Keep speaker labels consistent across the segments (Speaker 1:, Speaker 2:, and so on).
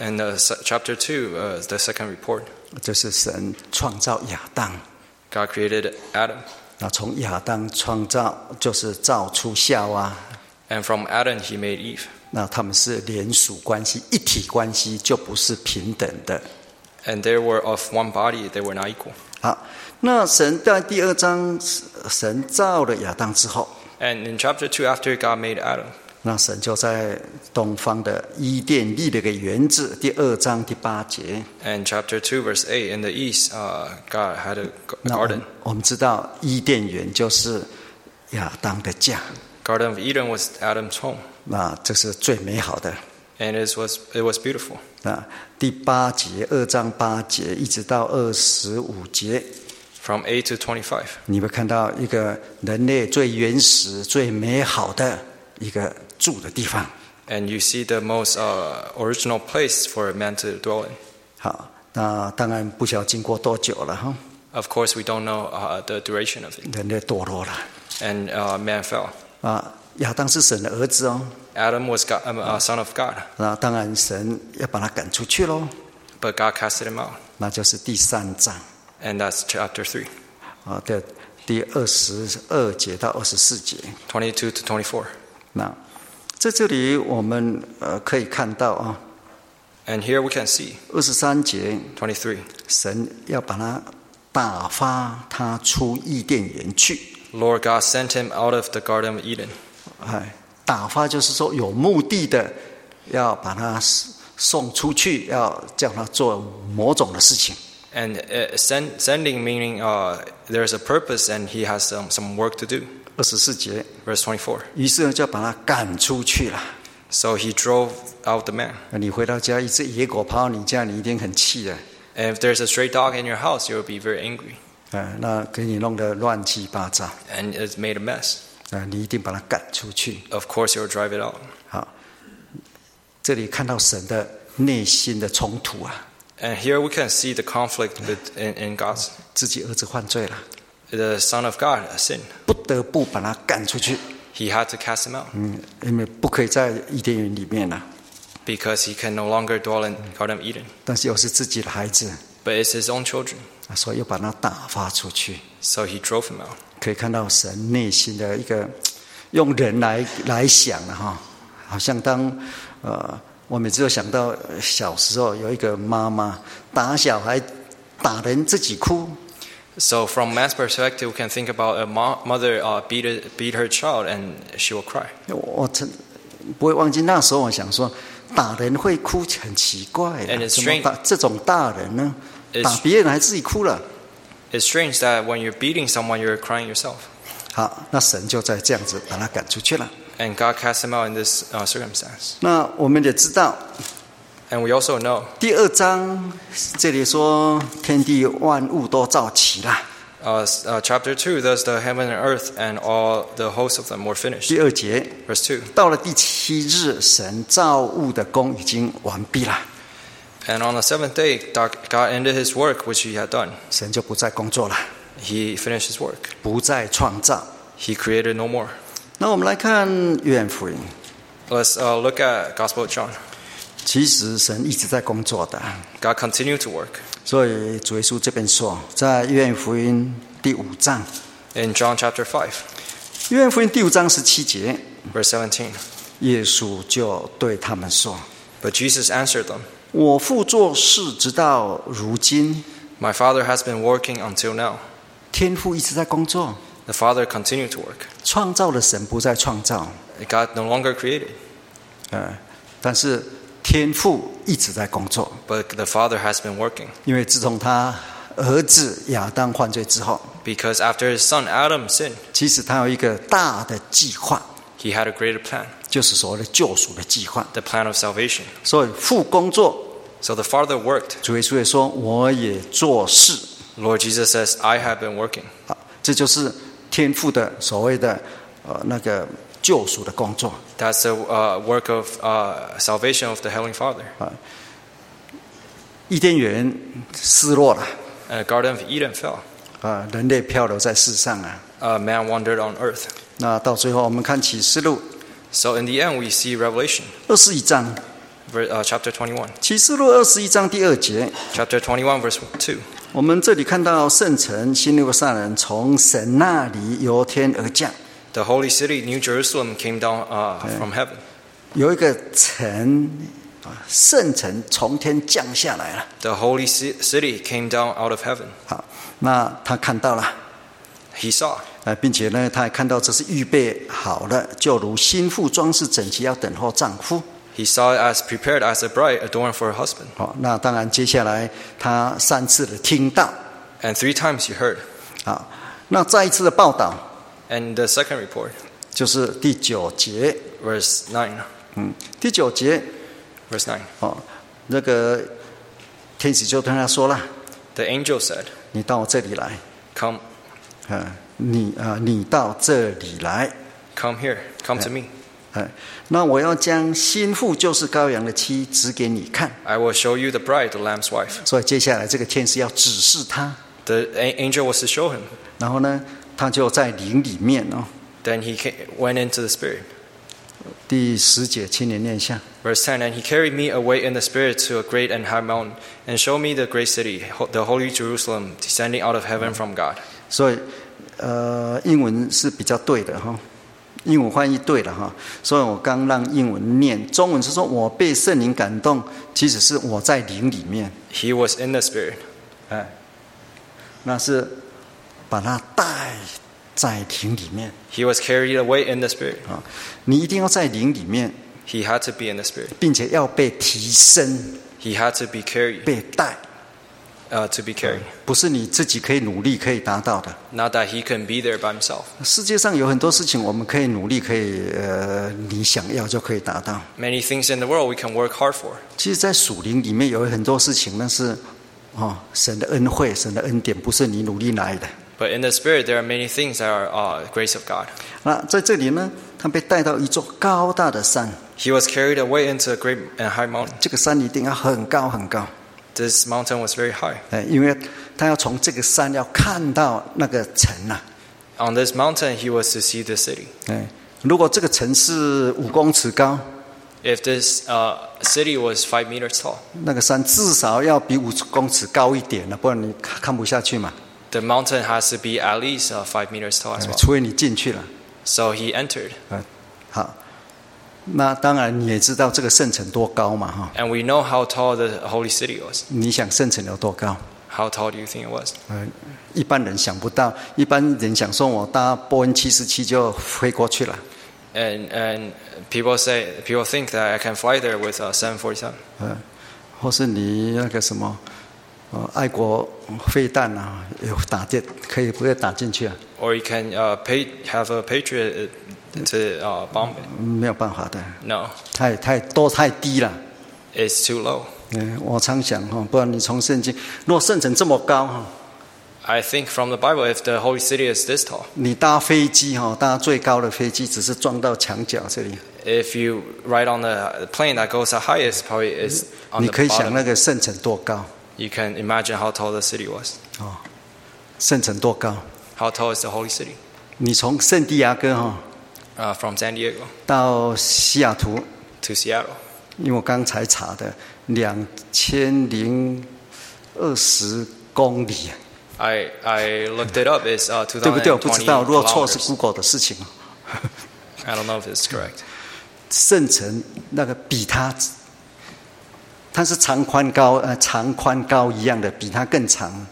Speaker 1: And uh, se- chapter 2, uh, the second report
Speaker 2: 就是神创造亚当，
Speaker 1: God created Adam.
Speaker 2: 那从亚当创造就是造出夏娃，
Speaker 1: And from Adam, he made Eve.
Speaker 2: 那他们是联属关系、一体关系，就不是平等的。
Speaker 1: And they were of one body, they were not equal.
Speaker 2: 好，那神在第二章，神造了亚当之后，
Speaker 1: And in chapter 2, after God made Adam,
Speaker 2: 那神就在东方的伊甸立了个园子，第二章第八节。
Speaker 1: and chapter 2, verse 8, in the east, uh, God had a g-
Speaker 2: 那我们
Speaker 1: garden.
Speaker 2: 我们知道伊甸园就是亚当的家，
Speaker 1: Garden of Eden was Adam's home.
Speaker 2: 那这是最美好的。
Speaker 1: And it was, it was beautiful.
Speaker 2: 那第八节，二章八节一直到二十五节，
Speaker 1: From 8 to 25,
Speaker 2: 你会看到一个人类最原始、最美好的一个住的地方。
Speaker 1: and you see the most uh, original place for a man to dwell in.
Speaker 2: 好，那当然不晓得经过多久了哈，
Speaker 1: Of course, we don't know uh, the duration of it.
Speaker 2: 人类堕落了
Speaker 1: And uh, man fell.
Speaker 2: 啊。亚当是神的儿子哦，
Speaker 1: Adam was God, um, uh, son of God,
Speaker 2: 那当然神要把他赶出去喽，
Speaker 1: but God casted him out.
Speaker 2: 那就是第三章
Speaker 1: And that's chapter 3,
Speaker 2: 啊的第二十二节到二十四节。
Speaker 1: 22 to 24.
Speaker 2: 那在这里我们呃可以看到啊，
Speaker 1: And here we can see
Speaker 2: 二十三节
Speaker 1: 23.
Speaker 2: 神要把他打发他出伊甸园去，
Speaker 1: Lord God sent him out of the Garden of Eden.
Speaker 2: 哎，打发就是说有目的的，要把他送出去，要叫他做某种的事情。
Speaker 1: And uh, send, sending meaning uh, there's a purpose and he has some, some work to do.
Speaker 2: 二十四节，
Speaker 1: Verse 24.
Speaker 2: 于是呢就把他赶出去了。
Speaker 1: So he drove out the man.
Speaker 2: 你回到家，一只野狗跑到你家，你一定很气的，
Speaker 1: And if there's a stray dog in your house, you'll be very angry.
Speaker 2: 啊，那给你弄得乱七八糟，
Speaker 1: And it's made a mess.
Speaker 2: 啊，你一定把它赶出去。
Speaker 1: Of course, you'll drive it out.
Speaker 2: 好，这里看到神的内心的冲突啊，
Speaker 1: And here we can see the conflict with, in, in God's.
Speaker 2: 自己儿子犯罪了，
Speaker 1: The Son of God sinned.
Speaker 2: 不得不把他赶出去，
Speaker 1: He had to cast him out
Speaker 2: 嗯，因为不可以在伊甸园里面了、啊
Speaker 1: because he can no longer dwell in Garden of Eden.
Speaker 2: 但是又是自己的孩子，
Speaker 1: But it's his own children.
Speaker 2: 啊所以又把他打发出去。
Speaker 1: So he drove him out.
Speaker 2: 可以看到神内心的一个，用人来来想了、哈，好像当呃，我每次都想到呃小时候有一个妈妈打小孩，打人自己哭，
Speaker 1: So from man's perspective, we can think about a mo- mother uh, beat, a, beat her child and she will cry.
Speaker 2: 我我曾不会忘记那时候，我想说，打人会哭很奇怪的，
Speaker 1: And it's
Speaker 2: 怎么打这种大人呢？
Speaker 1: It's-
Speaker 2: 打别人还自己哭了。
Speaker 1: It's strange that when you're beating someone, you're crying yourself.
Speaker 2: 好，那神就在这样子把他赶出去了。
Speaker 1: And God cast him out in this uh, circumstance.
Speaker 2: 那我们也知道，
Speaker 1: And we also know
Speaker 2: 第二章这里说天地万物都造齐了。
Speaker 1: uh, s- uh, chapter 2, thus the heaven and earth and all the hosts of them were finished.
Speaker 2: 第二节
Speaker 1: Verse 2.
Speaker 2: 到了第七日，神造物的功已经完毕了，
Speaker 1: And on the seventh day, God God ended his work which he had done.
Speaker 2: 神就不再工作了，
Speaker 1: He finished his work.
Speaker 2: 不再创造。
Speaker 1: He created no more.
Speaker 2: 那我们来看约翰福音，
Speaker 1: Let's uh, look at Gospel of John.
Speaker 2: 其实神一直在工作的。
Speaker 1: God continued to work.
Speaker 2: 所以主耶稣这边说，在约翰福音第五章，
Speaker 1: In John chapter 5,
Speaker 2: 约翰福音第五章十七节，
Speaker 1: verse 17.
Speaker 2: 耶稣就对他们说
Speaker 1: But Jesus answered them,：“
Speaker 2: 我父做事直到如今，
Speaker 1: My Father has been working until now.
Speaker 2: 天父一直在工作，
Speaker 1: The Father continued to work.
Speaker 2: 创造的神不再创造，
Speaker 1: God no longer created,
Speaker 2: 呃，但是天父一直在工作，
Speaker 1: but the Father has been working.
Speaker 2: 因为自从他儿子亚当犯罪之后，
Speaker 1: Because after his son Adam sinned,
Speaker 2: 其实他有一个大的计划，
Speaker 1: he had a greater plan,
Speaker 2: 就是所谓的救赎的计划。
Speaker 1: the plan of salvation.
Speaker 2: 所以父工作，
Speaker 1: So the Father worked.
Speaker 2: 主耶稣也说：我也做事。”
Speaker 1: Lord Jesus says, I have been working.
Speaker 2: 好，这就是天父的所谓的呃那个救赎的工作。
Speaker 1: That's the uh, work of uh, salvation of the Heavenly Father.
Speaker 2: 伊甸园失落了，
Speaker 1: And the Garden of Eden fell.
Speaker 2: 啊、人类漂流在世上啊。
Speaker 1: Uh, man wandered on earth.
Speaker 2: 那到最后，我们看启示录
Speaker 1: So in the end, we see Revelation,
Speaker 2: 二十一章，
Speaker 1: verse, uh, chapter 21.
Speaker 2: 启示录二十一章第二节，
Speaker 1: Chapter 21, verse 2.
Speaker 2: 我们这里看到圣城新耶路撒冷从神那里由天而降，
Speaker 1: The holy city, New Jerusalem, came down uh, from heaven.
Speaker 2: 有一个城，啊圣城从天降下来了。
Speaker 1: The holy ci- city came down out of heaven.
Speaker 2: 好，那他看到了，
Speaker 1: He saw.
Speaker 2: 呃，并且呢，他还看到这是预备好了，就如新妇装饰整齐，要等候丈夫。
Speaker 1: He saw it as prepared as a bride adorned for her husband.
Speaker 2: 好，那当然，接下来他三次的听到，
Speaker 1: And three times he heard.
Speaker 2: 啊，那再一次的报道
Speaker 1: And the second report,
Speaker 2: 就是第九节，
Speaker 1: verse 9.
Speaker 2: 嗯，第九节
Speaker 1: Verse 9.
Speaker 2: 哦，那个天使就对他说了：“
Speaker 1: The angel said,
Speaker 2: 你到我这里来，
Speaker 1: Come,
Speaker 2: 啊，你啊，你到这里来，
Speaker 1: come here, come to me.
Speaker 2: 哎，那我要将心腹就是羔羊的妻指给你看。
Speaker 1: I will show you the bride, the lamb's wife.
Speaker 2: 所以接下来这个天使要指示他，
Speaker 1: The a- angel was to show him.
Speaker 2: 然后呢，他就在灵里面哦，
Speaker 1: Then he ca- went into the spirit.
Speaker 2: 第十节，请你念一下。”
Speaker 1: Verse 10 And he carried me away in the spirit to a great and high mountain, and showed me the great city, ho- the holy Jerusalem, descending out of heaven from God.
Speaker 2: 所以，呃，英文是比较对的哈，英文翻译对了哈，所以我刚让英文念，中文是说我被圣灵感动，其实是我在灵里面，
Speaker 1: He was in the spirit.
Speaker 2: 哎，那是把它带在灵里面
Speaker 1: He was carried away in the spirit.
Speaker 2: 啊，你一定要在灵里面，
Speaker 1: He had to be in the spirit.
Speaker 2: 并且要被提升、
Speaker 1: He had to be carried,
Speaker 2: 被带，
Speaker 1: uh, to be carried.
Speaker 2: 不是你自己可以努力可以达到的。
Speaker 1: Not that he couldn't be there by himself.
Speaker 2: 世界上有很多事情，我们可以努力，可以呃，你想要就可以达到。
Speaker 1: Many things in the world we can work hard for.
Speaker 2: 其实，在属灵里面有很多事情，那是哦，神的恩惠、神的恩典，不是你努力来的。
Speaker 1: But in the spirit, there are many things that are uh, grace of God.
Speaker 2: 那在这里呢，他被带到一座高大的山，
Speaker 1: He was carried away into a great and high mountain.
Speaker 2: 这个山一定要很高很高，
Speaker 1: This mountain was very high.
Speaker 2: 哎，因为他要从这个山要看到那个城呐、
Speaker 1: On this mountain, he was to see the city.
Speaker 2: 哎，如果这个城是五公尺高，
Speaker 1: If this uh, city was five meters tall,
Speaker 2: 那个山至少要比五公尺高一点啊了，不然你看看不下去嘛，
Speaker 1: the mountain has to be at least uh, five meters tall
Speaker 2: 哎
Speaker 1: as well.
Speaker 2: 除非你进去了。
Speaker 1: So he entered.
Speaker 2: 好，那当然你也知道这个圣城多高嘛，哈，
Speaker 1: And we know how tall the holy city was.
Speaker 2: 你想圣城有多高？
Speaker 1: How tall do you think it was?
Speaker 2: 呃，一般人想不到，一般人想说我搭波音七四七就飞过去了，
Speaker 1: And, and people say, people think that I can fly there with uh, a 747.
Speaker 2: 呃，或是你那个什么，呃，爱国飞弹啊，有打进可以不会打进去啊？
Speaker 1: Or you can uh, pay, have a Patriot uh, to uh, bomb it.
Speaker 2: 没有办法的，
Speaker 1: No,
Speaker 2: 太太多太低了。
Speaker 1: it's too low.
Speaker 2: 嗯，我常想哈，不然你从圣经，如果圣城这么高哦哈，
Speaker 1: I think from the Bible, if the holy city is this tall,
Speaker 2: 你搭飞机哈，搭最高的飞机只是撞到墙角这里，
Speaker 1: if you ride on the plane that goes the highest, probably is on
Speaker 2: 你
Speaker 1: the
Speaker 2: 可以想
Speaker 1: bottom.
Speaker 2: 那个圣城多高
Speaker 1: You can imagine how tall the city was.
Speaker 2: 哦，圣城多高？
Speaker 1: How tall is the holy city?
Speaker 2: 你从圣地亚哥哈。
Speaker 1: Uh, from San Diego
Speaker 2: 到西雅图，
Speaker 1: to Seattle.
Speaker 2: 因为我刚才查的，两千零二十公里，啊
Speaker 1: I, I looked it up. It's uh,
Speaker 2: 对不对？我不
Speaker 1: 2020
Speaker 2: 知道，如果错是
Speaker 1: kilometers.
Speaker 2: Google 的事情。啊
Speaker 1: I don't know if it's correct.
Speaker 2: 圣城那个比它，它是长宽高呃长宽高一样的，比它更长。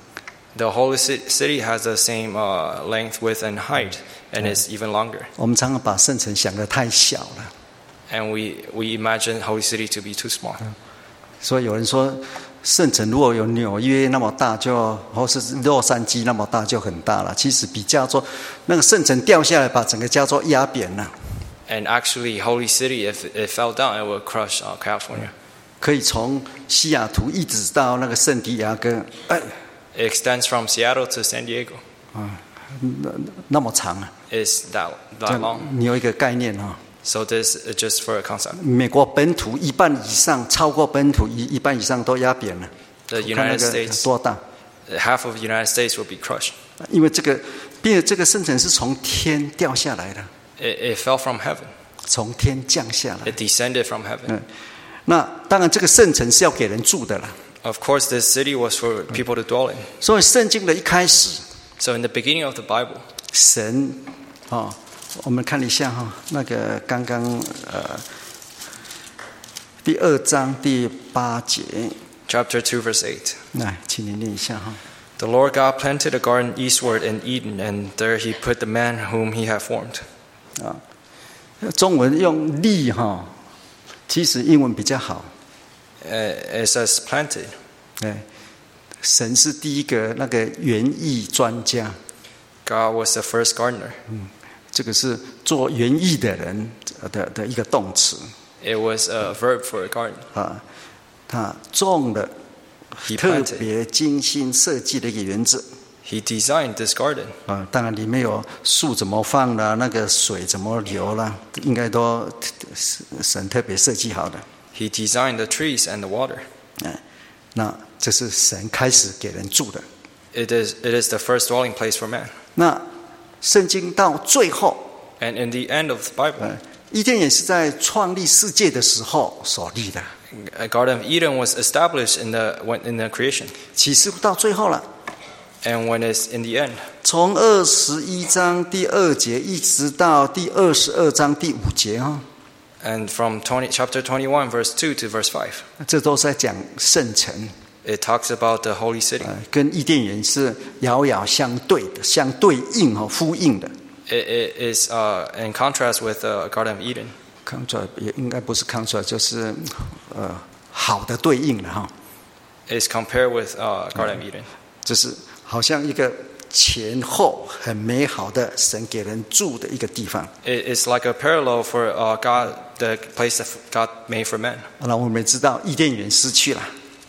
Speaker 1: The holy ci- city has the same uh, length, width, and height, and it's even longer.
Speaker 2: 我们常常把圣城想得太小了，
Speaker 1: And we, we imagine holy city to be too small.
Speaker 2: 所以有人说，圣城如果有纽约那么大就，或是洛杉矶那么大就很大了。其实比加州那个圣城掉下来，把整个加州压扁了。
Speaker 1: And actually, holy city, if it fell down, it would crush uh, California.
Speaker 2: 可以从西雅图一直到那个圣地亚哥，哎，
Speaker 1: It extends from Seattle to San Diego.
Speaker 2: 那么长啊！
Speaker 1: It's that,
Speaker 2: 这
Speaker 1: that
Speaker 2: 样
Speaker 1: long.
Speaker 2: 你有一个概念哈、
Speaker 1: So this is just for a concept.
Speaker 2: 美国本土一半以上，超过本土一一半以上都压扁了。
Speaker 1: The
Speaker 2: 你看那
Speaker 1: United
Speaker 2: 个
Speaker 1: States,
Speaker 2: 多大？
Speaker 1: half of the United States will be crushed.
Speaker 2: 因为这个，并且这个圣城是从天掉下来的，
Speaker 1: It, it fell from heaven.
Speaker 2: 从天降下来。
Speaker 1: It descended from heaven.
Speaker 2: 嗯，那当然，这个圣城是要给人住的啦。
Speaker 1: Of course, this city was for people to dwell in.
Speaker 2: 所以圣经的一开始，
Speaker 1: So in the beginning of the Bible,
Speaker 2: 神哦，我们看一下哈、那个刚刚呃第二章第八节，
Speaker 1: chapter 2, verse 8,
Speaker 2: 来，请你念一下哈、
Speaker 1: the Lord God planted a garden eastward in Eden, and there he put the man whom he had formed.
Speaker 2: 中文用立哈、其实英文比较好。
Speaker 1: Uh, it says planted.
Speaker 2: 哎，神是第一个那个园艺专家，
Speaker 1: God was the first gardener.
Speaker 2: 这个是做园艺的人呃的的一个动词
Speaker 1: It was a verb for a garden.
Speaker 2: 啊，他种了
Speaker 1: He
Speaker 2: 特
Speaker 1: planted.
Speaker 2: 别精心设计的一个园子
Speaker 1: He designed this garden.
Speaker 2: 啊，当然里面有树怎么放啦，那个水怎么流啦，应该都是神特别设计好的。
Speaker 1: He designed the trees and the water.
Speaker 2: 那这是神开始给人住的。
Speaker 1: It is, it is the first dwelling place for man.
Speaker 2: 那圣经到最后，
Speaker 1: And in the end of the Bible,
Speaker 2: 呃，伊甸园是在创立世界的时候所立的。
Speaker 1: a Garden of Eden was established in the, when, in the creation.
Speaker 2: 启示录到最后了，
Speaker 1: And when it's in the end,
Speaker 2: 从二十一章第二节一直到第二十二章第五节啊、
Speaker 1: and from 20, chapter 21, verse 2 to verse 5,
Speaker 2: 这都是在讲圣城，
Speaker 1: it talks about the holy city.
Speaker 2: 呃，跟伊甸园是遥遥相对的、相对应哦、呼应的。
Speaker 1: It, it is uh, in contrast with the Garden of Eden.
Speaker 2: contra 也应该不是 contra，就是呃好的对应了哈、
Speaker 1: It's compared with uh, Garden of Eden.
Speaker 2: 就是好像一个前后很美好的神给人住的一个地方。
Speaker 1: It, it's like a parallel for uh, God, the place that God made for man.
Speaker 2: 那我们也知道伊甸园失去了，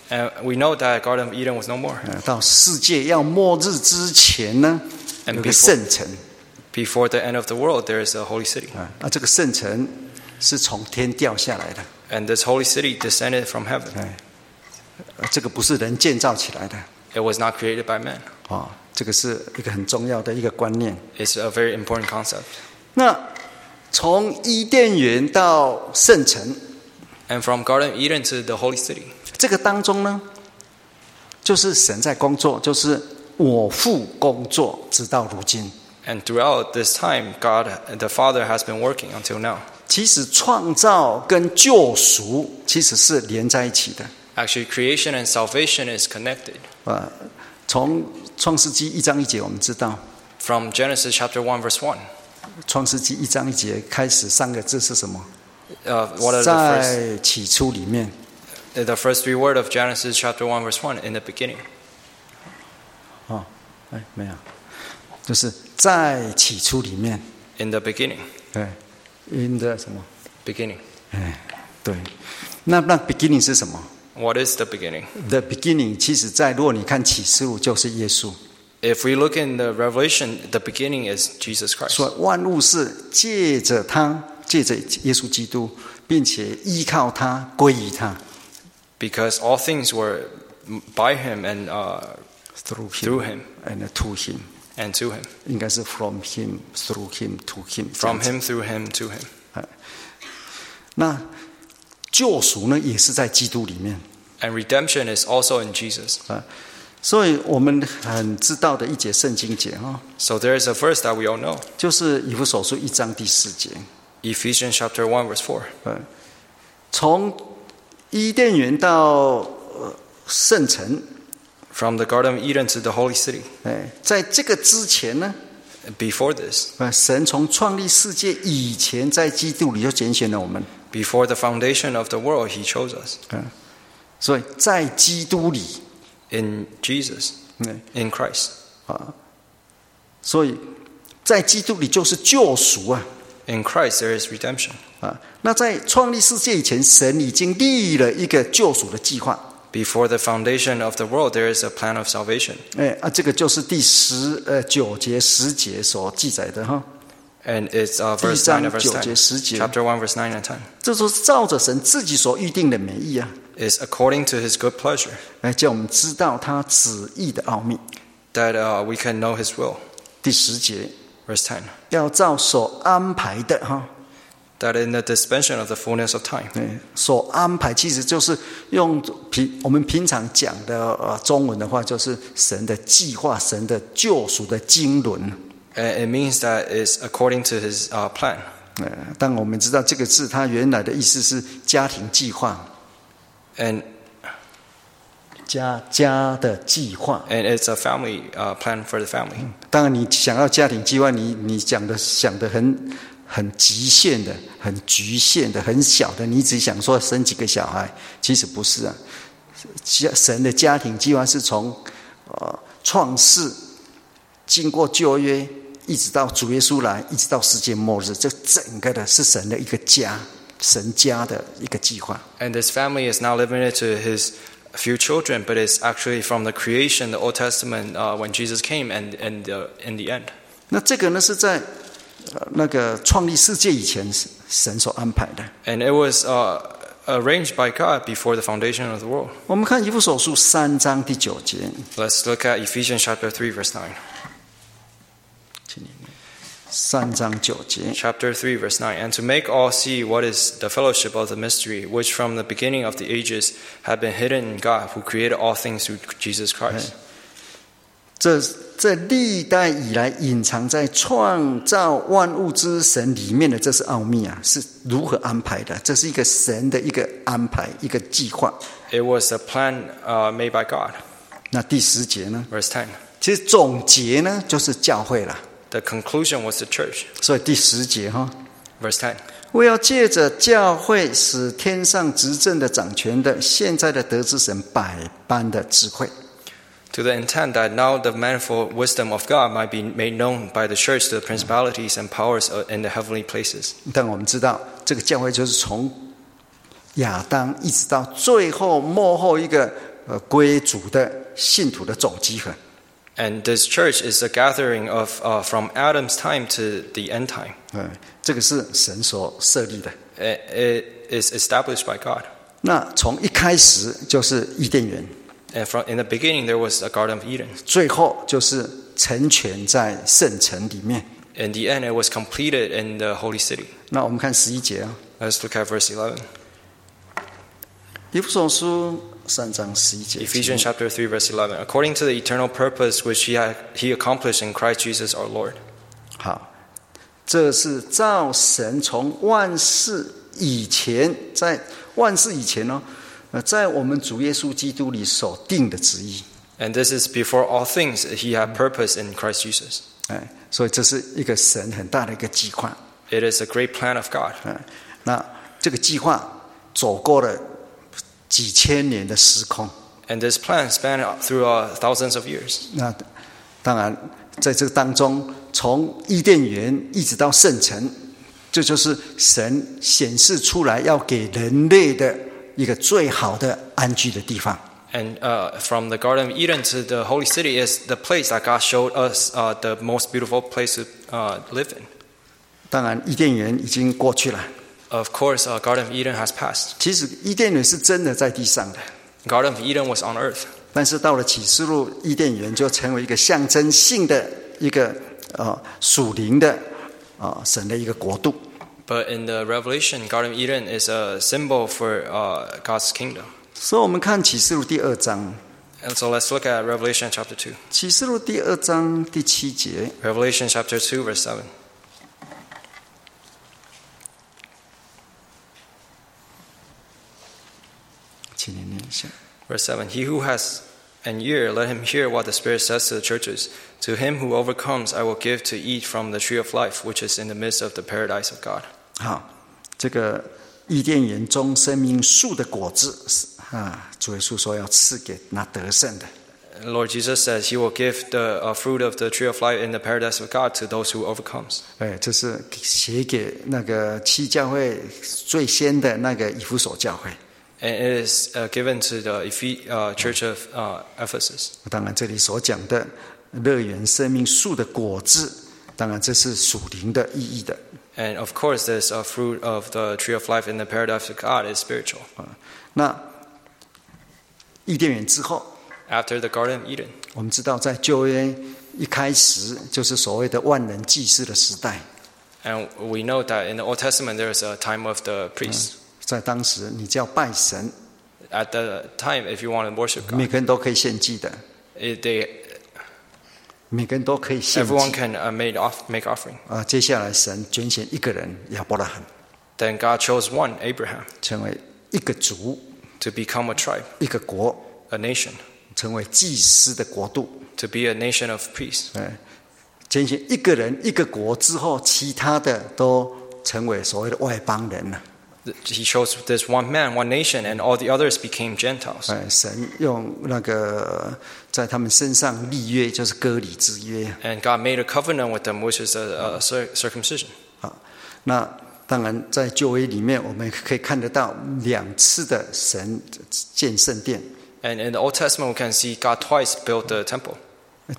Speaker 1: And we know that Garden of Eden was no more.
Speaker 2: 呃，到世界要末日之前呢，
Speaker 1: And
Speaker 2: 有个
Speaker 1: before-
Speaker 2: 圣城。
Speaker 1: Before the end of the world, there is a holy city.
Speaker 2: 啊，那这个圣城是从天掉下来的，
Speaker 1: And this holy city descended from heaven.
Speaker 2: 呃这个不是人建造起来的，
Speaker 1: It was not created by man.
Speaker 2: 哦，这个是一个很重要的一个观念。
Speaker 1: It's a very important concept.
Speaker 2: 那从伊甸园到圣城
Speaker 1: And from Garden of Eden to the holy city,
Speaker 2: 这个当中呢，就是神在工作，就是我父工作，直到如今。
Speaker 1: and throughout this time, God, the Father, has been working until now.
Speaker 2: 其实创造跟救赎其实是连在一起的，
Speaker 1: Actually, creation and salvation is connected.
Speaker 2: 呃，从创世纪一章一节我们知道，
Speaker 1: From Genesis chapter 1, verse 1.
Speaker 2: 创世纪一章一节开始三个字是什么？
Speaker 1: Uh, what are the first, uh,
Speaker 2: 在起初里面，
Speaker 1: the first three words of Genesis chapter 1, verse 1? In the beginning.
Speaker 2: 哎，没有，就是在起初里面，
Speaker 1: In the beginning.
Speaker 2: 对，in the 什么？
Speaker 1: Beginning.
Speaker 2: 对，那那 beginning 是什么
Speaker 1: What is the beginning?
Speaker 2: ？The beginning 其实在如果你看启示录就是耶稣，
Speaker 1: If we look in the Revelation, the beginning is Jesus Christ.
Speaker 2: 所以万物是借着他，借着耶稣基督，并且依靠他归于他
Speaker 1: because all things were by him and uh,
Speaker 2: through
Speaker 1: through him
Speaker 2: and to him，
Speaker 1: and to him,
Speaker 2: 应该是 from him through him to him 这
Speaker 1: from
Speaker 2: 样子
Speaker 1: him through him to him.
Speaker 2: 那救赎呢也是在基督里面。
Speaker 1: And redemption is also in Jesus.
Speaker 2: 所以我们很知道的一节圣经节哈，
Speaker 1: So there is a verse that we all know,
Speaker 2: 就是以弗所书一章第四节，
Speaker 1: Ephesians chapter one verse four.
Speaker 2: 从伊甸园到呃圣城，
Speaker 1: From the Garden of Eden to the Holy City.
Speaker 2: 哎，在这个之前呢，
Speaker 1: Before this,
Speaker 2: 呃，神从创立世界以前，在基督里就拣选了我们，啊
Speaker 1: before the foundation of the world, He chose us
Speaker 2: 所以在基督里，
Speaker 1: in Jesus,
Speaker 2: 哎，啊
Speaker 1: in Christ.
Speaker 2: 所以在基督里就是救赎啊
Speaker 1: In Christ, there is redemption.
Speaker 2: 啊！那在创立世界以前，神已经立了一个救赎的计划，
Speaker 1: Before the foundation of the world, there is a plan of salvation.
Speaker 2: 哎啊，这个就是第十呃九节十节所记载的哈，
Speaker 1: And it's uh,
Speaker 2: 第一
Speaker 1: verse 9
Speaker 2: 章
Speaker 1: and verse
Speaker 2: 九节
Speaker 1: 10.
Speaker 2: 十节，
Speaker 1: Chapter 1, verse 9 and 10.
Speaker 2: 这都是照着神自己所预定的美意啊，
Speaker 1: is according to his good pleasure,
Speaker 2: 来叫我们知道他旨意的奥秘。
Speaker 1: that uh, we can know his will.
Speaker 2: 第十节
Speaker 1: Verse 10.
Speaker 2: 要照所安排的哈，
Speaker 1: that in the dispensation of the fullness of time,
Speaker 2: 对，所安排其实就是用平我们平常讲的呃中文的话，就是神的计划、神的救赎的经纶。
Speaker 1: uh, it means that it's according to His uh, plan.
Speaker 2: 呃，但我们知道这个字它原来的意思是家庭计划，
Speaker 1: And,
Speaker 2: 家家的计划。
Speaker 1: and it's a family uh, plan for the family.
Speaker 2: 当然，你想要家庭计划，你你讲的想的很很极限的、很局限的、很小的，你只想说生几个小孩，其实不是啊。家神的家庭计划是从呃创世，经过旧约，一直到主耶稣来，一直到世界末日，这整个的是神的一个家，神家的一个计划。
Speaker 1: And this family is not limited to His few children, but it's actually from the creation, the Old Testament, uh, when Jesus came, and, and uh, in the end.
Speaker 2: 那这个呢是在呃那个创立世界以前，神所安排的。
Speaker 1: And it was uh, arranged by God before the foundation of the world.
Speaker 2: 我们看以弗所书三章第九节，
Speaker 1: Let's look at Ephesians chapter 3, verse 9.
Speaker 2: 三章九节，
Speaker 1: Chapter 3, verse 9. And to make all see what is the fellowship of the mystery, which from the beginning of the ages had been hidden in God, who created all things through Jesus Christ.
Speaker 2: 这这历代以来隐藏在创造万物之神里面的，这是奥秘啊，是如何安排的？这是一个神的一个安排，一个计划。
Speaker 1: It was a plan uh, made by God.
Speaker 2: 那第十节呢？
Speaker 1: Verse 10.
Speaker 2: 其实总结呢，就是教会了。
Speaker 1: The conclusion was the church.
Speaker 2: 所以第十节哈、
Speaker 1: Verse 10.
Speaker 2: 为要借着教会使天上执政的、掌权的、现在的得知神百般的智慧。
Speaker 1: To the intent that now the manifold wisdom of God might be made known by the church to the principalities and powers uh, in the heavenly places.
Speaker 2: 但我们知道，这个教会就是从亚当一直到最后幕后一个呃归主的信徒的总集合。
Speaker 1: And this church is a gathering of uh, from Adam's time to the end time.
Speaker 2: 嗯，这个是神所设立的。
Speaker 1: It- it is established by God.
Speaker 2: 那从一开始就是伊甸园，
Speaker 1: And from in the beginning, there was a Garden of Eden.
Speaker 2: 最后就是成全在圣城里面。
Speaker 1: In the end, it was completed in the holy city.
Speaker 2: 那我们看十一节啊，
Speaker 1: Let's look at verse 11.
Speaker 2: 以弗所书三章十一节。
Speaker 1: Ephesians chapter 3, verse 11. According to the eternal purpose which he, had, he accomplished in Christ Jesus our Lord.
Speaker 2: 好，这是造神从万事以前，在万事以前呢、哦，呃，在我们主耶稣基督里所定的旨意。
Speaker 1: And this is before all things, he had purpose in Christ Jesus.
Speaker 2: 哎，所以这是一个神很大的一个计划。
Speaker 1: It is a great plan of God.
Speaker 2: 哎，那这个计划走过了几千年的时空。
Speaker 1: And this plan spanned through uh, thousands of years.
Speaker 2: 那当然，在这当中，从伊甸园一直到圣城，这就是神显示出来要给人类的一个最好的安居的地方。
Speaker 1: And uh, from the Garden of Eden to the holy city is the place that God showed us uh, the most beautiful place to uh, live in.
Speaker 2: 当然，伊甸园已经过去了。
Speaker 1: Of course, uh, Garden of Eden has passed.
Speaker 2: 其实伊甸园是真的在地上的，
Speaker 1: Garden of Eden was on earth,
Speaker 2: 但是到了启示录，伊甸园就成为一个象征性的一个呃属灵的啊、呃、神的一个国度。
Speaker 1: but in the Revelation, Garden of Eden is a symbol for uh, God's kingdom.
Speaker 2: 所以，我们看启示录第二章，
Speaker 1: And so let's look at Revelation chapter 2.
Speaker 2: 启示录第二章第七节，
Speaker 1: Revelation chapter 2, verse 7.
Speaker 2: 请您念一下。
Speaker 1: Verse 7 He who has an ear, let him hear what the Spirit says to the churches. To him who overcomes, I will give to eat from the tree of life, which is in the midst of the paradise of God.
Speaker 2: 好，这个伊甸园中生命树的果子是啊，主耶稣说要赐给那得胜的。
Speaker 1: And Lord Jesus says he will give the uh, fruit of the tree of life in the paradise of God to those who overcomes.
Speaker 2: 哎，这是写给那个七教会最先的那个以弗所教会。
Speaker 1: And it is uh, given to the Ephe- uh, church of uh, Ephesus.
Speaker 2: 当然，这里所讲的乐园生命树的果子，当然这是属灵的意义的。
Speaker 1: And of course, this uh, fruit of the tree of life in the paradise of God is spiritual.
Speaker 2: 那伊甸园之后，
Speaker 1: After the Garden of Eden,
Speaker 2: 我们知道在旧约一开始就是所谓的万人祭司的时代，
Speaker 1: And we know that in the Old Testament there is a time of the priest.
Speaker 2: 在当时你叫拜神，
Speaker 1: At the time, if you want to worship
Speaker 2: 每
Speaker 1: God,
Speaker 2: 个人都可以献祭的，
Speaker 1: it, they
Speaker 2: 每个人都可以献
Speaker 1: everyone
Speaker 2: 祭。
Speaker 1: can uh, make off, make offering.
Speaker 2: 啊，接下来神拣选一个人亚伯拉罕，
Speaker 1: Then God chose one, Abraham,
Speaker 2: 成为一个族、
Speaker 1: to become a tribe,
Speaker 2: 一个国，
Speaker 1: a nation,
Speaker 2: 成为祭司的国度。
Speaker 1: to be a nation of priests.
Speaker 2: 哎，拣选一个人一个国之后，其他的都成为所谓的外邦人啊了。
Speaker 1: He chose this one man, one nation, and all the others became Gentiles.
Speaker 2: 哎，神用那个在他们身上立约，就是割礼之约。
Speaker 1: And God made a covenant with them, which is a, a cir- circumcision.
Speaker 2: 那当然，在旧约里面，我们可以看得到两次的神建圣殿。
Speaker 1: And in the Old Testament, we can see God twice built the temple.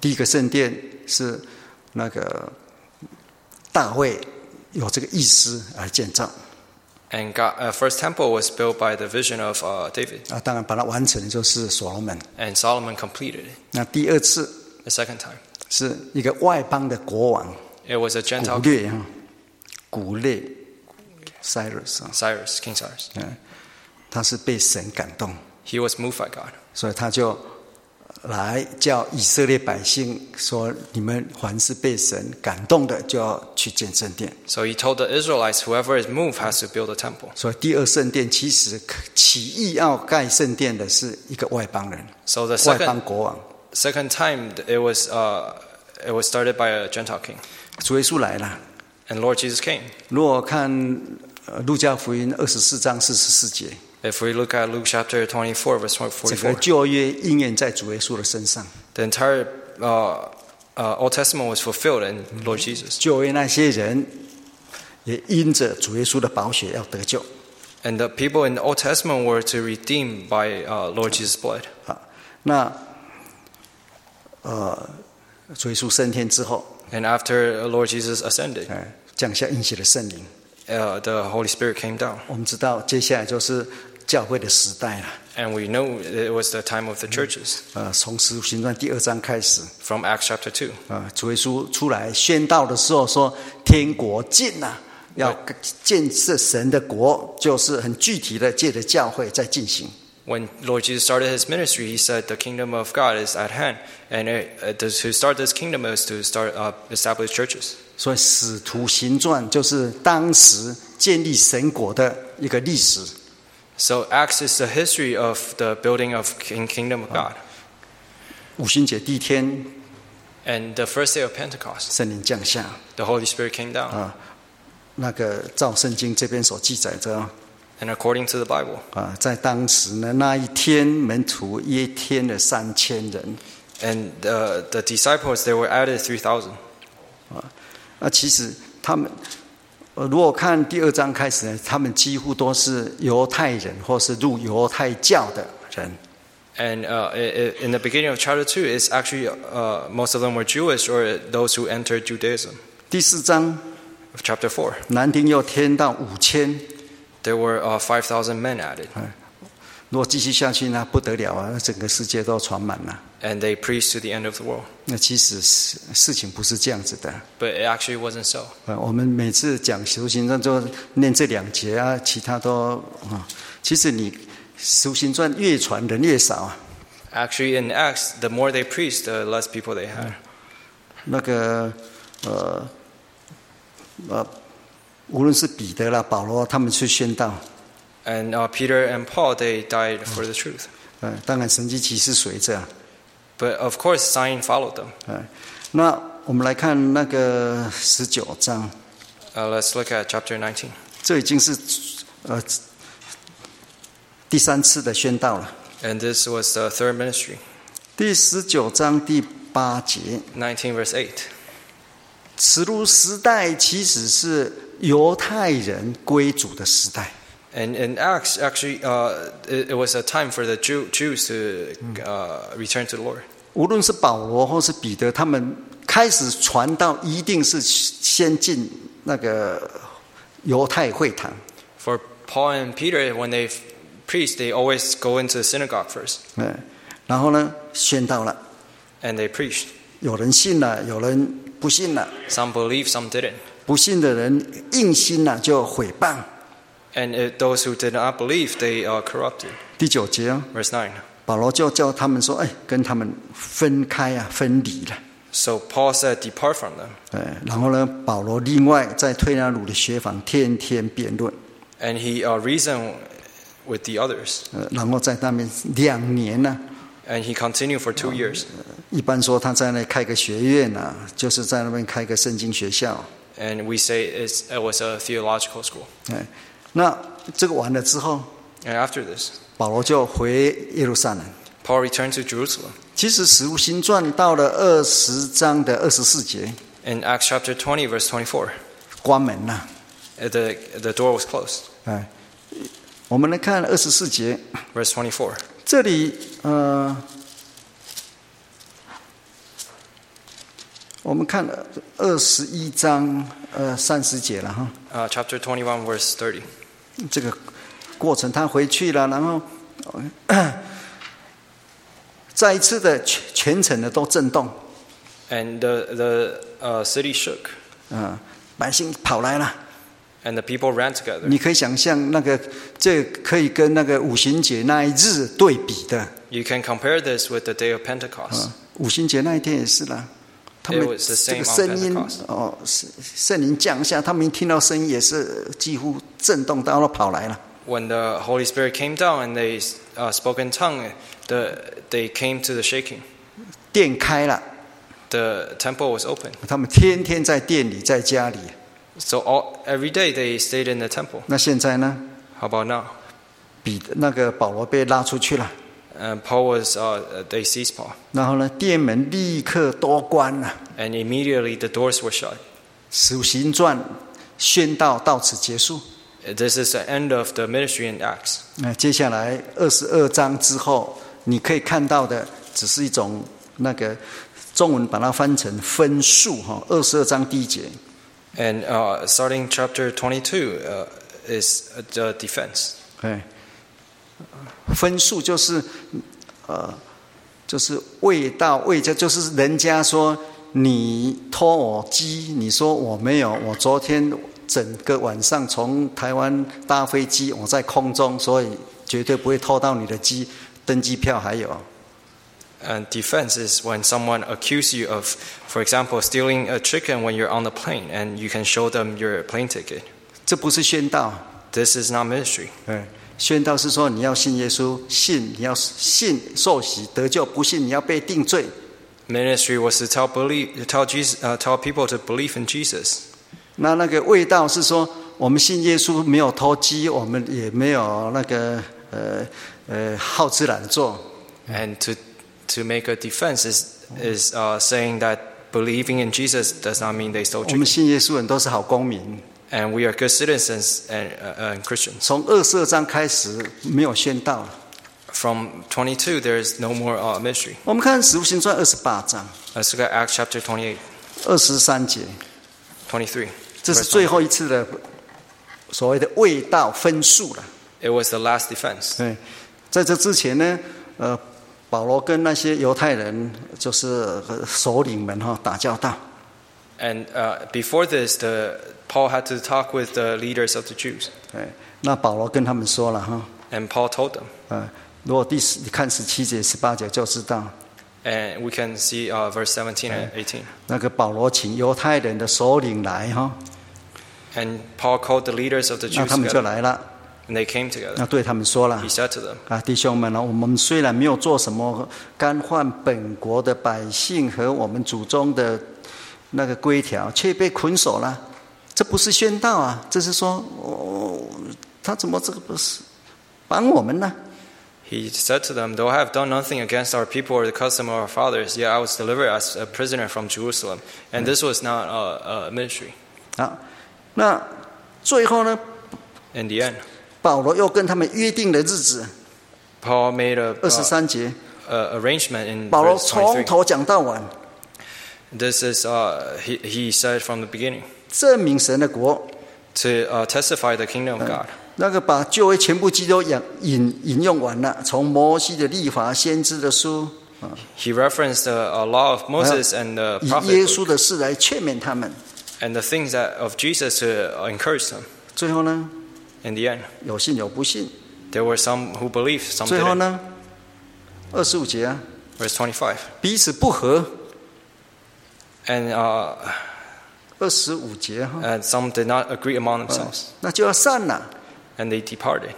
Speaker 2: 第一个圣殿是那个大卫有这个意思而建造
Speaker 1: And God, uh, first temple was built by the vision of uh, David,
Speaker 2: 啊，当然把它完成的就是所罗门。
Speaker 1: and Solomon completed it
Speaker 2: 那第二次
Speaker 1: the second time.
Speaker 2: 是一个外邦的国王
Speaker 1: It was a
Speaker 2: 古
Speaker 1: Gentile
Speaker 2: 列哈，古列 Cyrus 啊，
Speaker 1: Cyrus, King Cyrus.
Speaker 2: 嗯，他是被神感动，
Speaker 1: He was moved by God.
Speaker 2: 所以他就来叫以色列百姓说：你们凡是被神感动的，就要去建圣殿。
Speaker 1: So he told the Israelites, whoever is moved has to build a temple.
Speaker 2: 所以第二圣殿其实起义要盖圣殿的是一个外邦人，
Speaker 1: So the
Speaker 2: 外邦
Speaker 1: second
Speaker 2: 国王。
Speaker 1: second time it was uh, it was started by a Gentile king,
Speaker 2: 主耶稣来了，
Speaker 1: and Lord Jesus came.
Speaker 2: 如果看呃路加福音二十四章四十四节，
Speaker 1: If we look at Luke chapter 24, verse
Speaker 2: 整个
Speaker 1: 44,
Speaker 2: 旧约应验在主耶稣的身上。
Speaker 1: the entire uh, uh, Old Testament was fulfilled in Lord Jesus,
Speaker 2: 就为那些人也因着主耶稣的宝血要得救
Speaker 1: and the people in the Old Testament were to redeem by uh, Lord Jesus' blood.
Speaker 2: 啊。那呃，主耶稣升天之后，
Speaker 1: And after Lord Jesus ascended,
Speaker 2: 哎，降下应许的圣灵，
Speaker 1: uh, the Holy Spirit came down,
Speaker 2: 我们知道接下来就是教会的时代了。
Speaker 1: and we know it was the time of the churches
Speaker 2: 呃，从使徒行传第二章开始，
Speaker 1: from Acts chapter 2.
Speaker 2: 啊，主耶稣出来宣道的时候说：“天国近了、要建设神的国，就是很具体的借着教会在进行。
Speaker 1: When Lord Jesus started his ministry, he said, "The kingdom of God is at hand," and it, uh, it, to start this kingdom is to start uh, establish churches.
Speaker 2: 所以使徒行传就是当时建立神国的一个历史。
Speaker 1: So Acts is the history of the building of king, kingdom of God.
Speaker 2: 五旬节第一天，
Speaker 1: And the first day of Pentecost,
Speaker 2: 圣灵降下，
Speaker 1: the Holy Spirit came down,
Speaker 2: 那个照圣经这边所记载的
Speaker 1: and according to the Bible,
Speaker 2: 啊，在当时呢那一天，门徒约添了三千人
Speaker 1: and the, the disciples they were added three thousand.
Speaker 2: 啊，其实他们。呃，如果看第二章开始呢，他们几乎都是犹太人或是入犹太教的人，
Speaker 1: And uh, i- i- in the beginning of chapter two, it's actually uh, most of them were Jewish or those who entered Judaism.
Speaker 2: 第四章
Speaker 1: Of chapter four,
Speaker 2: 南丁又添到五千，
Speaker 1: there were uh, five thousand men added.
Speaker 2: 如果继续下去呢，不得了啊！整个世界都传满了。
Speaker 1: and they preached to the end of the world.
Speaker 2: 那其实事事情不是这样子的。
Speaker 1: But it actually wasn't so.
Speaker 2: 呃，我们每次讲修行传就念这两节啊，其他都啊、其实你修行传越传人越少啊。
Speaker 1: Actually, in Acts, the more they preached, the less people they had.
Speaker 2: 那个呃呃，无论是彼得啦、保罗他们去宣道，
Speaker 1: And uh, Peter and Paul, they died for the truth.
Speaker 2: 呃，当然神迹奇事随着、啊。
Speaker 1: But of course, sign followed them.
Speaker 2: 呃，那我们来看那个十九章。
Speaker 1: Uh, let's look at chapter 19.
Speaker 2: 这已经是呃第三次的宣道了。
Speaker 1: And this was the third ministry,
Speaker 2: 第十九章第八节，
Speaker 1: 19 verse 8.
Speaker 2: 此路时代其实是犹太人归主的时代，
Speaker 1: And in Acts, actually, uh, it, it was a time for the Jew, Jews to uh, return to the Lord.
Speaker 2: 无论是保罗或是彼得，他们开始传道，一定是先进那个犹太会堂，
Speaker 1: For Paul and Peter, when they preached, they always go into the synagogue first,
Speaker 2: 嗯，然后呢宣道了，
Speaker 1: and they preached.
Speaker 2: 有人信了，有人不信了，
Speaker 1: Some believed, some didn't.
Speaker 2: 不信的人硬心呐、就毁谤。
Speaker 1: And uh, those who did not believe, they are corrupted.
Speaker 2: 第九节、哦，
Speaker 1: Verse 9.
Speaker 2: 保罗就叫他们说：“哎，跟他们分开啊，分离了。
Speaker 1: So Paul said, Depart from them. ”
Speaker 2: 哎，然后呢，保罗另外在推拿鲁的学坊天天辩论，
Speaker 1: And he uh, reasoned with the others.
Speaker 2: 呃，然后在那边两年呢、
Speaker 1: And he continued for two years.
Speaker 2: 一般说他在那开个学院啊，就是在那边开个圣经学校。
Speaker 1: And we say it's, it was a theological school.
Speaker 2: 哎，那这个完了之后，
Speaker 1: And after this,
Speaker 2: 保罗就回耶路撒冷。
Speaker 1: Paul returned to Jerusalem.
Speaker 2: 其实《使徒行传》到了二十章的二十四节，
Speaker 1: In Acts chapter 20, verse 24,
Speaker 2: 关门了、
Speaker 1: uh, the, the door was closed.
Speaker 2: 哎，我们来看二十四节，
Speaker 1: Verse 24.
Speaker 2: 这里呃，我们看了二十一章呃三十节了哈，
Speaker 1: Uh, chapter 21, verse 30.
Speaker 2: 这个过程他回去了，然后呃 再一次的全全城的都震动，
Speaker 1: And the, the uh, city shook,
Speaker 2: 嗯、百姓跑来了。
Speaker 1: and the people ran together.
Speaker 2: 你可以想象那个，这可以跟那个五旬节那一日对比的。呃
Speaker 1: You can compare this with the day of Pentecost.
Speaker 2: 五旬节那一天也是啦，他们
Speaker 1: It was the
Speaker 2: 这
Speaker 1: same
Speaker 2: 个
Speaker 1: on
Speaker 2: 声音
Speaker 1: Pentecost.
Speaker 2: 哦，圣圣灵降下，他们一听到声音也是几乎震动到了跑来了。
Speaker 1: When the Holy Spirit came down and they uh, spoke in tongue, the, they came to the shaking.
Speaker 2: 店开了，
Speaker 1: The temple was open.
Speaker 2: 他们天天在店里，在家里。
Speaker 1: So all, every day they stayed in the temple.
Speaker 2: 那现在呢，
Speaker 1: How about now?
Speaker 2: 彼得那个保罗被拉出去了，
Speaker 1: And Paul was, uh, they seized Paul.
Speaker 2: 然后呢，店门立刻都关了。
Speaker 1: And immediately the doors were shut.
Speaker 2: 使徒行传宣道到此结束。
Speaker 1: This is the end of the ministry in Acts.
Speaker 2: 那接下来二十二章之后，你可以看到的只是一种那个中文把它翻成分数哈。二十二章第一节，
Speaker 1: And uh, starting chapter 22 uh, is the defense.
Speaker 2: 哎，分数就是呃，就是未到未就就是人家说你拖我鸡，你说我没有，我昨天整个晚上从台湾搭飞机，我在空中，所以绝对不会偷到你的鸡，登机票还有。
Speaker 1: And defense is when someone accuses you of, for example, stealing a chicken when you're on the plane and you can show them your plane ticket.
Speaker 2: 这不是宣道。
Speaker 1: This is not ministry.
Speaker 2: 哎，宣道是说你要信耶稣，信你要信受洗得救，不信你要被定罪。
Speaker 1: Ministry was to tell, believe, tell, Jesus, uh, tell people to believe in Jesus.
Speaker 2: 那那个味道是说，我们信耶稣没有偷鸡，我们也没有那个呃呃好吃懒做。
Speaker 1: And to, to make a defense is, is uh, saying that believing in Jesus does not mean they stole
Speaker 2: 我
Speaker 1: chicken.
Speaker 2: 们信耶稣人都是好公民。
Speaker 1: And we are good citizens and, uh, and Christians.
Speaker 2: 从二十二章开始没有宣道了。
Speaker 1: From 22, there is no more uh, ministry.
Speaker 2: 我们看《使徒行传》二十八章
Speaker 1: Let's look at Acts chapter 28,
Speaker 2: 二十三节，
Speaker 1: 23.
Speaker 2: 这是
Speaker 1: verse
Speaker 2: 最
Speaker 1: 1.
Speaker 2: 后一次的所谓的味道分数了。
Speaker 1: It was the last defense.
Speaker 2: 对，在这之前呢，呃，保罗跟那些犹太人就是呃首领们哈、打交道，
Speaker 1: And uh, before this, the, Paul had to talk with the leaders of the Jews.
Speaker 2: 哎，那保罗跟他们说了哈，
Speaker 1: And Paul told them.
Speaker 2: 呃，如果第十你看十七节、十八节就知道，
Speaker 1: And we can see uh, verse 17 and 18.
Speaker 2: 那个保罗请犹太人的首领来哈、
Speaker 1: And Paul called the leaders of the
Speaker 2: 那
Speaker 1: Jews
Speaker 2: 他们就
Speaker 1: together.
Speaker 2: 来了，
Speaker 1: And they came together.
Speaker 2: 那对他们说了
Speaker 1: He。said to them,
Speaker 2: 啊，弟兄们呢、我们虽然没有做什么干犯本国的百姓和我们祖宗的那个规条，却被捆锁了。这不是宣道啊，这是说，哦，他怎么这个不是绑我们呢？
Speaker 1: He said to them, Though I have done nothing against our people or the custom of our fathers, yet I was delivered as a prisoner from Jerusalem. And this was not uh, uh, ministry.
Speaker 2: 啊，那最后呢，
Speaker 1: In the end,
Speaker 2: 保罗又跟他们约定的日子，
Speaker 1: Paul made a,
Speaker 2: 二十
Speaker 1: uh,
Speaker 2: 三节，
Speaker 1: uh, arrangement in
Speaker 2: 保罗
Speaker 1: verse
Speaker 2: 从
Speaker 1: 23.
Speaker 2: 头讲到晚，
Speaker 1: This is, uh, he, he said from the beginning,
Speaker 2: 证明神的国，
Speaker 1: to uh, testify the kingdom of God.
Speaker 2: 那个把旧约全部基督引引引用完了，从摩西的立法、先知的书。
Speaker 1: He referenced the uh, law of Moses and the
Speaker 2: 以耶
Speaker 1: prophets
Speaker 2: 稣的事来劝勉他们。
Speaker 1: and the things that of Jesus to encourage them.
Speaker 2: 最后呢，
Speaker 1: In the end,
Speaker 2: 有信有不信。
Speaker 1: there were some who believed, some
Speaker 2: 最后
Speaker 1: didn't.
Speaker 2: 呢，二十五节啊，
Speaker 1: Verse 25.
Speaker 2: 彼此不和。
Speaker 1: And, uh,
Speaker 2: 二十五节哈、
Speaker 1: and some did not agree among themselves,
Speaker 2: 那就要散了。
Speaker 1: and they departed.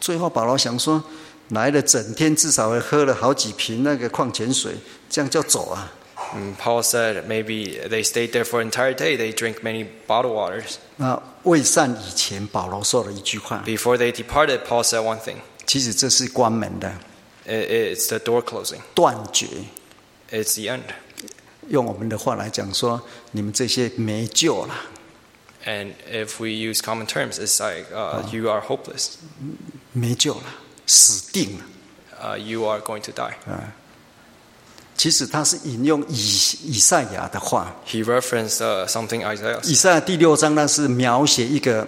Speaker 2: 最后保罗想说，来了整天至少也喝了好几瓶那个矿泉水，这样叫走啊？
Speaker 1: And Paul said maybe they stayed there for an entire day. They drank many bottled waters.
Speaker 2: 那未散以前，保罗说了一句话，
Speaker 1: Before they departed, Paul said one thing.
Speaker 2: 其实这是关门的，
Speaker 1: I- It's the door closing.
Speaker 2: 断绝。
Speaker 1: It's the end.
Speaker 2: 用我们的话来讲说，你们这些没救了，
Speaker 1: And if we use common terms, it's like uh, you are hopeless.
Speaker 2: 没救了，死定了。啊
Speaker 1: Uh, you are going to die.
Speaker 2: 其实他是引用以以赛亚的话，
Speaker 1: He referenced uh, something Isaiah said.
Speaker 2: 以赛亚第六章那是描写一个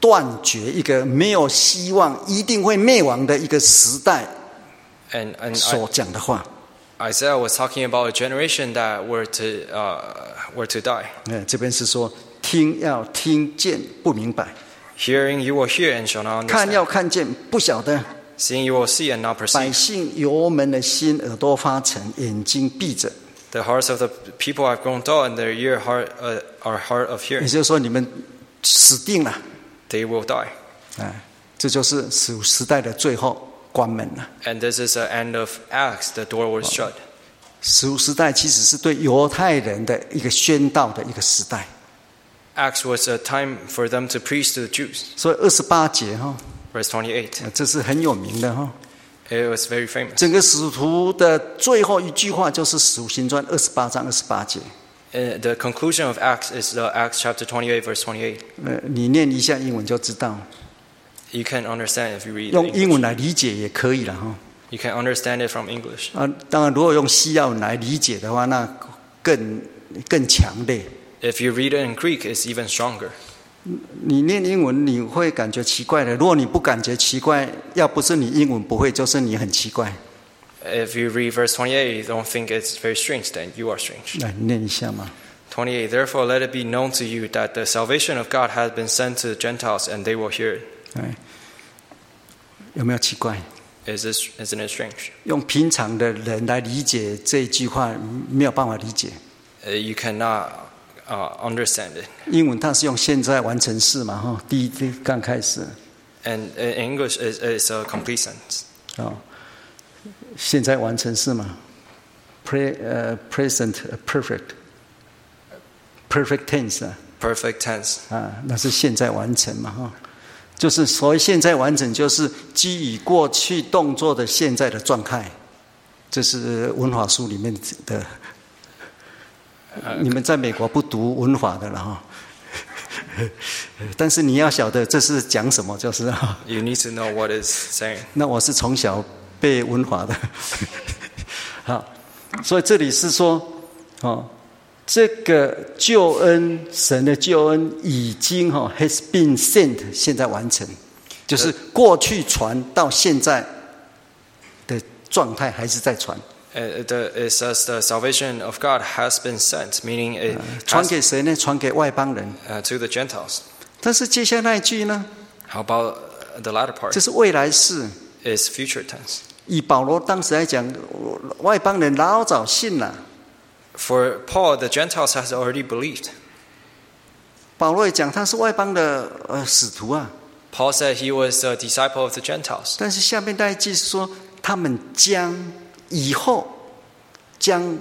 Speaker 2: 断绝、一个没有希望、一定会灭亡的一个时代
Speaker 1: And, and
Speaker 2: 所讲的话。
Speaker 1: I, Isaiah was talking about a generation that were to, uh, were to die.
Speaker 2: 哎，这边是说听要听见不明白，
Speaker 1: Hearing you will hear and shall not
Speaker 2: 看
Speaker 1: understand.
Speaker 2: 要看见不晓得，
Speaker 1: Seeing you will see and not
Speaker 2: 百
Speaker 1: perceive.
Speaker 2: 姓油门的心耳朵发沉，眼睛闭着。
Speaker 1: The hearts of the people have grown dull and their ear heart, uh, are hard of
Speaker 2: 也
Speaker 1: hearing.
Speaker 2: 就是说，你们死定了，
Speaker 1: They will die.
Speaker 2: 哎，这就是时时代的最后关门了。
Speaker 1: And this is the end of Acts. The door was shut.
Speaker 2: 十时代其实是对犹太人的一个宣道的一个时代，
Speaker 1: Acts was a time for them to preach to the Jews.
Speaker 2: 所以二十八节哈，
Speaker 1: Verse 28.
Speaker 2: 这是很有名的哈。
Speaker 1: It was very famous.
Speaker 2: 整个使徒的最后一句话就是《使徒行传》二十八章二十八节，
Speaker 1: Uh, the conclusion of Acts is the Acts chapter 28, verse 28.
Speaker 2: 呃，你念一下英文就知道，
Speaker 1: You can understand if you read.
Speaker 2: 用
Speaker 1: English.
Speaker 2: 英文来理解也可以了哈。
Speaker 1: You can understand it from English.
Speaker 2: 啊，当然，如果用西药来理解的话，那更更强烈。
Speaker 1: If you read it in Greek, it's even stronger.
Speaker 2: 你念英文你会感觉奇怪的，如果你不感觉奇怪，要不是你英文不会，就是你很奇怪。
Speaker 1: If you read verse 28, you don't think it's very strange, then you are strange.
Speaker 2: 来你哎念一下嘛。
Speaker 1: 28. Therefore, let it be known to you that the salvation of God has been sent to the Gentiles, and they will hear it.
Speaker 2: 哎，有没有奇怪？
Speaker 1: Is this, isn't it strange?
Speaker 2: 用平常的人来理解这一句话，没有办法理解。
Speaker 1: Uh, you cannot uh, understand it.
Speaker 2: 英文它是用现在完成式嘛，哈，第一第一刚开始，
Speaker 1: And in English, it's, it's a complete sentence.
Speaker 2: 哦，现在完成式嘛，pre 呃 present perfect perfect tense 啊，
Speaker 1: Perfect tense.
Speaker 2: 啊，那是现在完成嘛，哈，就是所谓现在完成，就是基于过去动作的现在的状态，这是文法书里面的。你们在美国不读文法的了哈，但是你要晓得这是讲什么，就是哈。
Speaker 1: You need to know what it's saying.
Speaker 2: 那我是从小被文化的， 好，所以这里是说，哦，这个救恩，神的救恩已经哈、哦、has been sent，现在完成，就是过去传到现在的状态还是在传，
Speaker 1: Uh, the, it says the salvation of God has been sent, meaning it
Speaker 2: 传
Speaker 1: has,
Speaker 2: 给谁呢？传给外邦人。
Speaker 1: uh, to the Gentiles.
Speaker 2: 但是接下来那一句呢，
Speaker 1: How about uh, the latter part?
Speaker 2: 这是未来式。
Speaker 1: It's future tense.
Speaker 2: 以保罗当时来讲，我外邦人老早信了。
Speaker 1: For Paul, the Gentiles has already believed.
Speaker 2: 保罗也讲他是外邦的呃使徒啊，
Speaker 1: Paul said he was a disciple of the Gentiles.
Speaker 2: 但是下面那一句是说，他们将以后将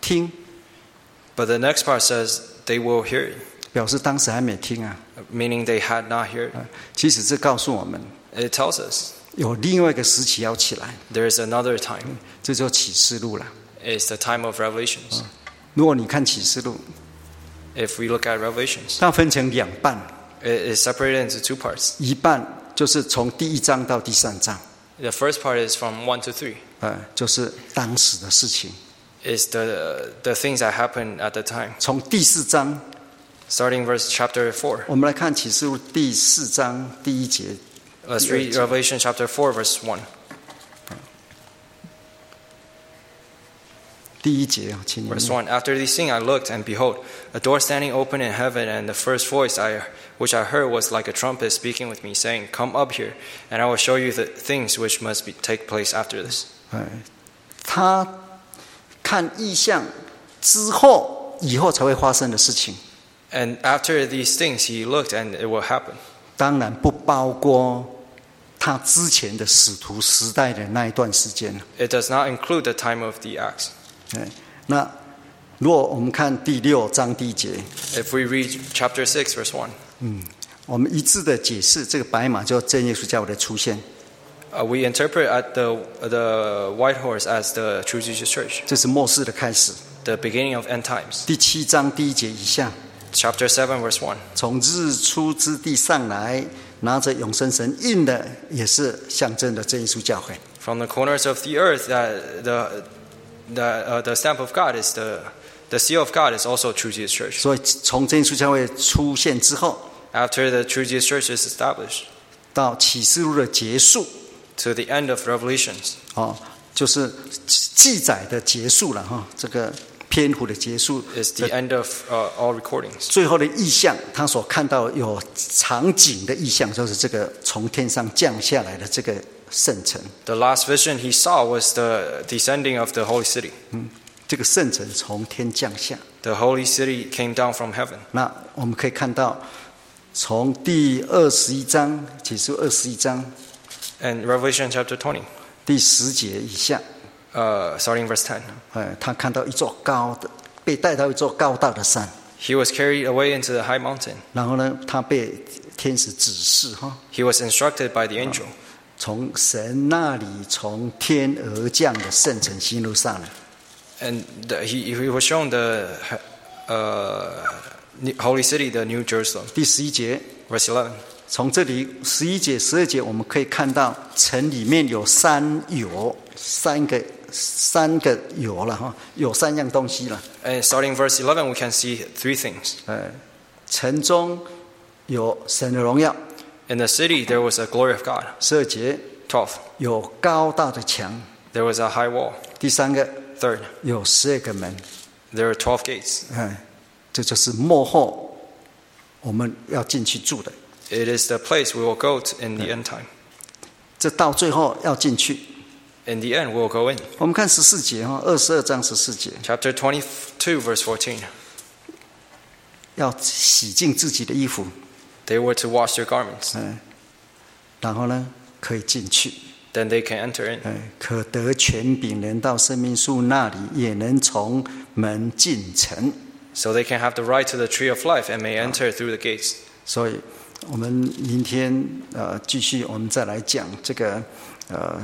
Speaker 2: 听，
Speaker 1: But the next part says they will hear it,
Speaker 2: 表示当时还没听啊。
Speaker 1: meaning they had not heard.
Speaker 2: 其实这告诉我们，
Speaker 1: It tells us
Speaker 2: 有另外一个时期要起来，
Speaker 1: there is another time.
Speaker 2: 这就启示录了。
Speaker 1: It's the time of revelations.
Speaker 2: 如果你看启示录，
Speaker 1: If we look at revelations,
Speaker 2: 它分成两半，
Speaker 1: it is separated into two parts.
Speaker 2: 一半就是从第一章到第三章，
Speaker 1: The first part is from 1 to 3.
Speaker 2: 呃，就是当时的事情；
Speaker 1: It's the, the things that happened at the time.
Speaker 2: 从第四章，
Speaker 1: Starting verse chapter 4.
Speaker 2: 我们来看启示录第四章第一节
Speaker 1: Let's read Revelation chapter 4, verse 1.
Speaker 2: 第一节啊，请你
Speaker 1: Verse 1
Speaker 2: 念。
Speaker 1: After these things I looked, and behold, a door standing open in heaven, and the first voice I, which I heard was like a trumpet speaking with me, saying, Come up here, and I will show you the things which must be, take place after this.
Speaker 2: 哎，他看意象之后，以后才会发生的事情，
Speaker 1: And after these things he looked, and it will happen.
Speaker 2: 当然不包括他之前的使徒时代的那一段时间了。
Speaker 1: It does not include the time of the Acts.
Speaker 2: 哎，那如果我们看第六章第一节，
Speaker 1: If we read chapter 6, verse 1,
Speaker 2: 我们一致的解释这个白马叫正耶稣教会的出现，
Speaker 1: uh, we interpret at the, the white horse as the true Jesus church,
Speaker 2: 这是末世的开始。
Speaker 1: the beginning of end times.
Speaker 2: 第七章第一节以下，
Speaker 1: Chapter 7, verse 1.
Speaker 2: 从日出之地上来，拿着永生神印的，也是象征的正耶稣教会。
Speaker 1: from the corners of the earth that the the, uh, the stamp of God is the the seal of God is also True Jesus Church.
Speaker 2: 所以从真耶稣教会出现之后，
Speaker 1: After the True Jesus Church is established
Speaker 2: 到启示录的结束，
Speaker 1: to the end of Revelations,
Speaker 2: 哦，就是记载的结束了哈、这个篇幅的结束
Speaker 1: is the end of uh, all recordings.
Speaker 2: 最后的意象，他所看到有场景的意象，就是这个从天上降下来的这个圣城。
Speaker 1: The last vision he saw was the descending of the holy city.
Speaker 2: 这个圣城从天降下，
Speaker 1: The holy city came down from heaven.
Speaker 2: 那我们可以看到，从第二十一章起诉二十一章
Speaker 1: And Revelation chapter 20,
Speaker 2: 第十节以下，
Speaker 1: uh, starting verse 10,
Speaker 2: 呃，他看到一座高的，被带到一座高大的山，
Speaker 1: he was carried away into the high mountain.
Speaker 2: 然后呢，他被天使指示哈，
Speaker 1: He was instructed by the angel.
Speaker 2: 从神那里从天而降的圣城新路上来。
Speaker 1: And the, he, he was shown the uh, new- holy city, the New Jerusalem.
Speaker 2: 第十一节，
Speaker 1: Verse 11.
Speaker 2: 从这里十一节、十二节，我们可以看到城里面有三有三个三个有了哈，有三样东西了。
Speaker 1: And starting verse 11, we can see three things.
Speaker 2: 呃，城中有神的荣耀，
Speaker 1: In the city, there was a glory of God.
Speaker 2: 十二节
Speaker 1: 12.
Speaker 2: 有高大的墙，
Speaker 1: There was a high wall.
Speaker 2: 第三个
Speaker 1: Third,
Speaker 2: 有十二个门。
Speaker 1: there were 12 gates.
Speaker 2: 哎，这就是幕后我们要进去住的，
Speaker 1: It is the place we will go to in the end time.
Speaker 2: 这到最后要进去。
Speaker 1: In the end, we will go in.
Speaker 2: 我们看十四节哈，二十二章十四节，
Speaker 1: Chapter 22, verse 14.
Speaker 2: 要洗净自己的衣服，
Speaker 1: They were to wash their garments.
Speaker 2: 嗯，然后呢可以进去，
Speaker 1: Then they can enter in.
Speaker 2: 哎，可得权柄，能到生命树那里，也能从门进城。
Speaker 1: So they can have the right to the tree of life and may enter through the gates.
Speaker 2: 所以，我们明天呃继续，我们再来讲这个呃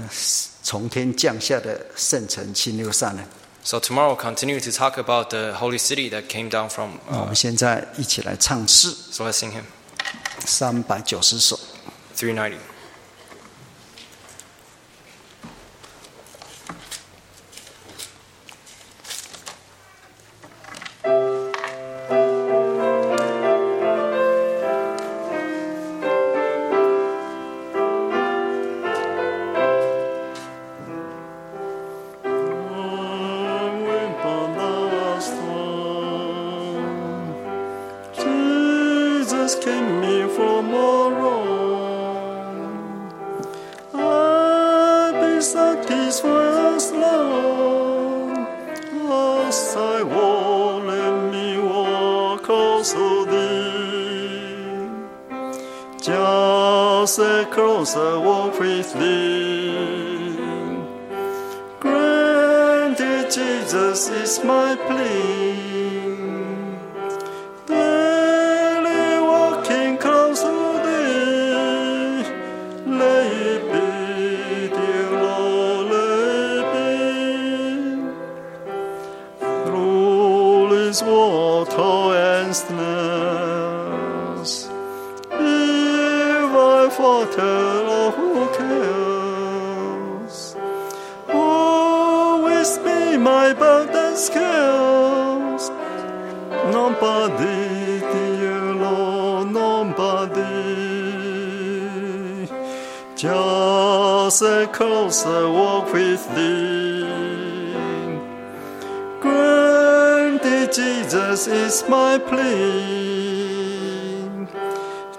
Speaker 2: 从天降下的圣城新六善呢。
Speaker 1: So tomorrow, we'll continue to talk about the holy city that came down from.
Speaker 2: 那我
Speaker 1: Uh,
Speaker 2: 们现在一起来唱诗
Speaker 1: so let's sing him.
Speaker 2: 三百九十首。
Speaker 1: 390.
Speaker 3: Jesus came here from around. I be satisfied as long as I walk, let me walk also thee. Just a closer walk with thee. Granted, Jesus is my plea. Daily walking close to thee, let it be, dear Lord, let it be. Rule is water and snares. If I falter, who cares? Always be Oh, my burden scales. Nobody, dear Lord, nobody. Just a closer walk with thee. Jesus is my plea.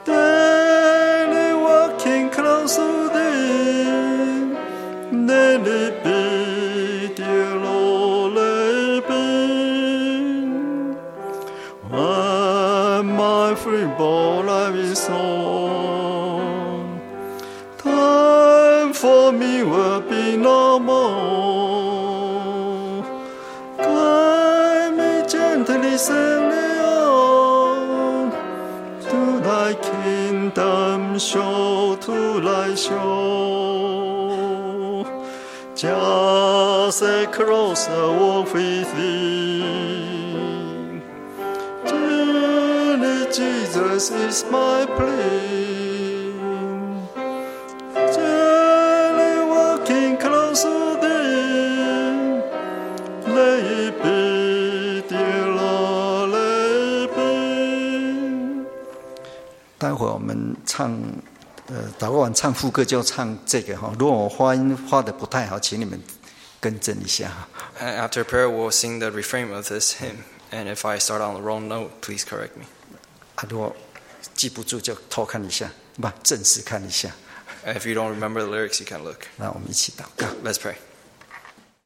Speaker 3: Daily walking close to thee, daily be, dear Lord, let be. When my free ball life is on, time for me will be no more. Guide me e gently, Señor, to thy kingdom show, to thy show. Just a closer walk with thee. Surely Jesus is my plea. Surely walking close to thee. Let it be, dear Lord, let it be.
Speaker 2: 待会儿我们唱，呃，祷告完唱副歌就唱这个哈。如果我发音发的不太好，请你们更正一下。啊
Speaker 1: And after prayer, we'll sing the refrain of this hymn. And if I start on the wrong note, please correct me.
Speaker 2: 啊，如果记不住就偷看一下，不，正式看一下。
Speaker 1: If you don't remember the lyrics, you can look.
Speaker 2: 那我们一起祷告。
Speaker 1: Let's pray.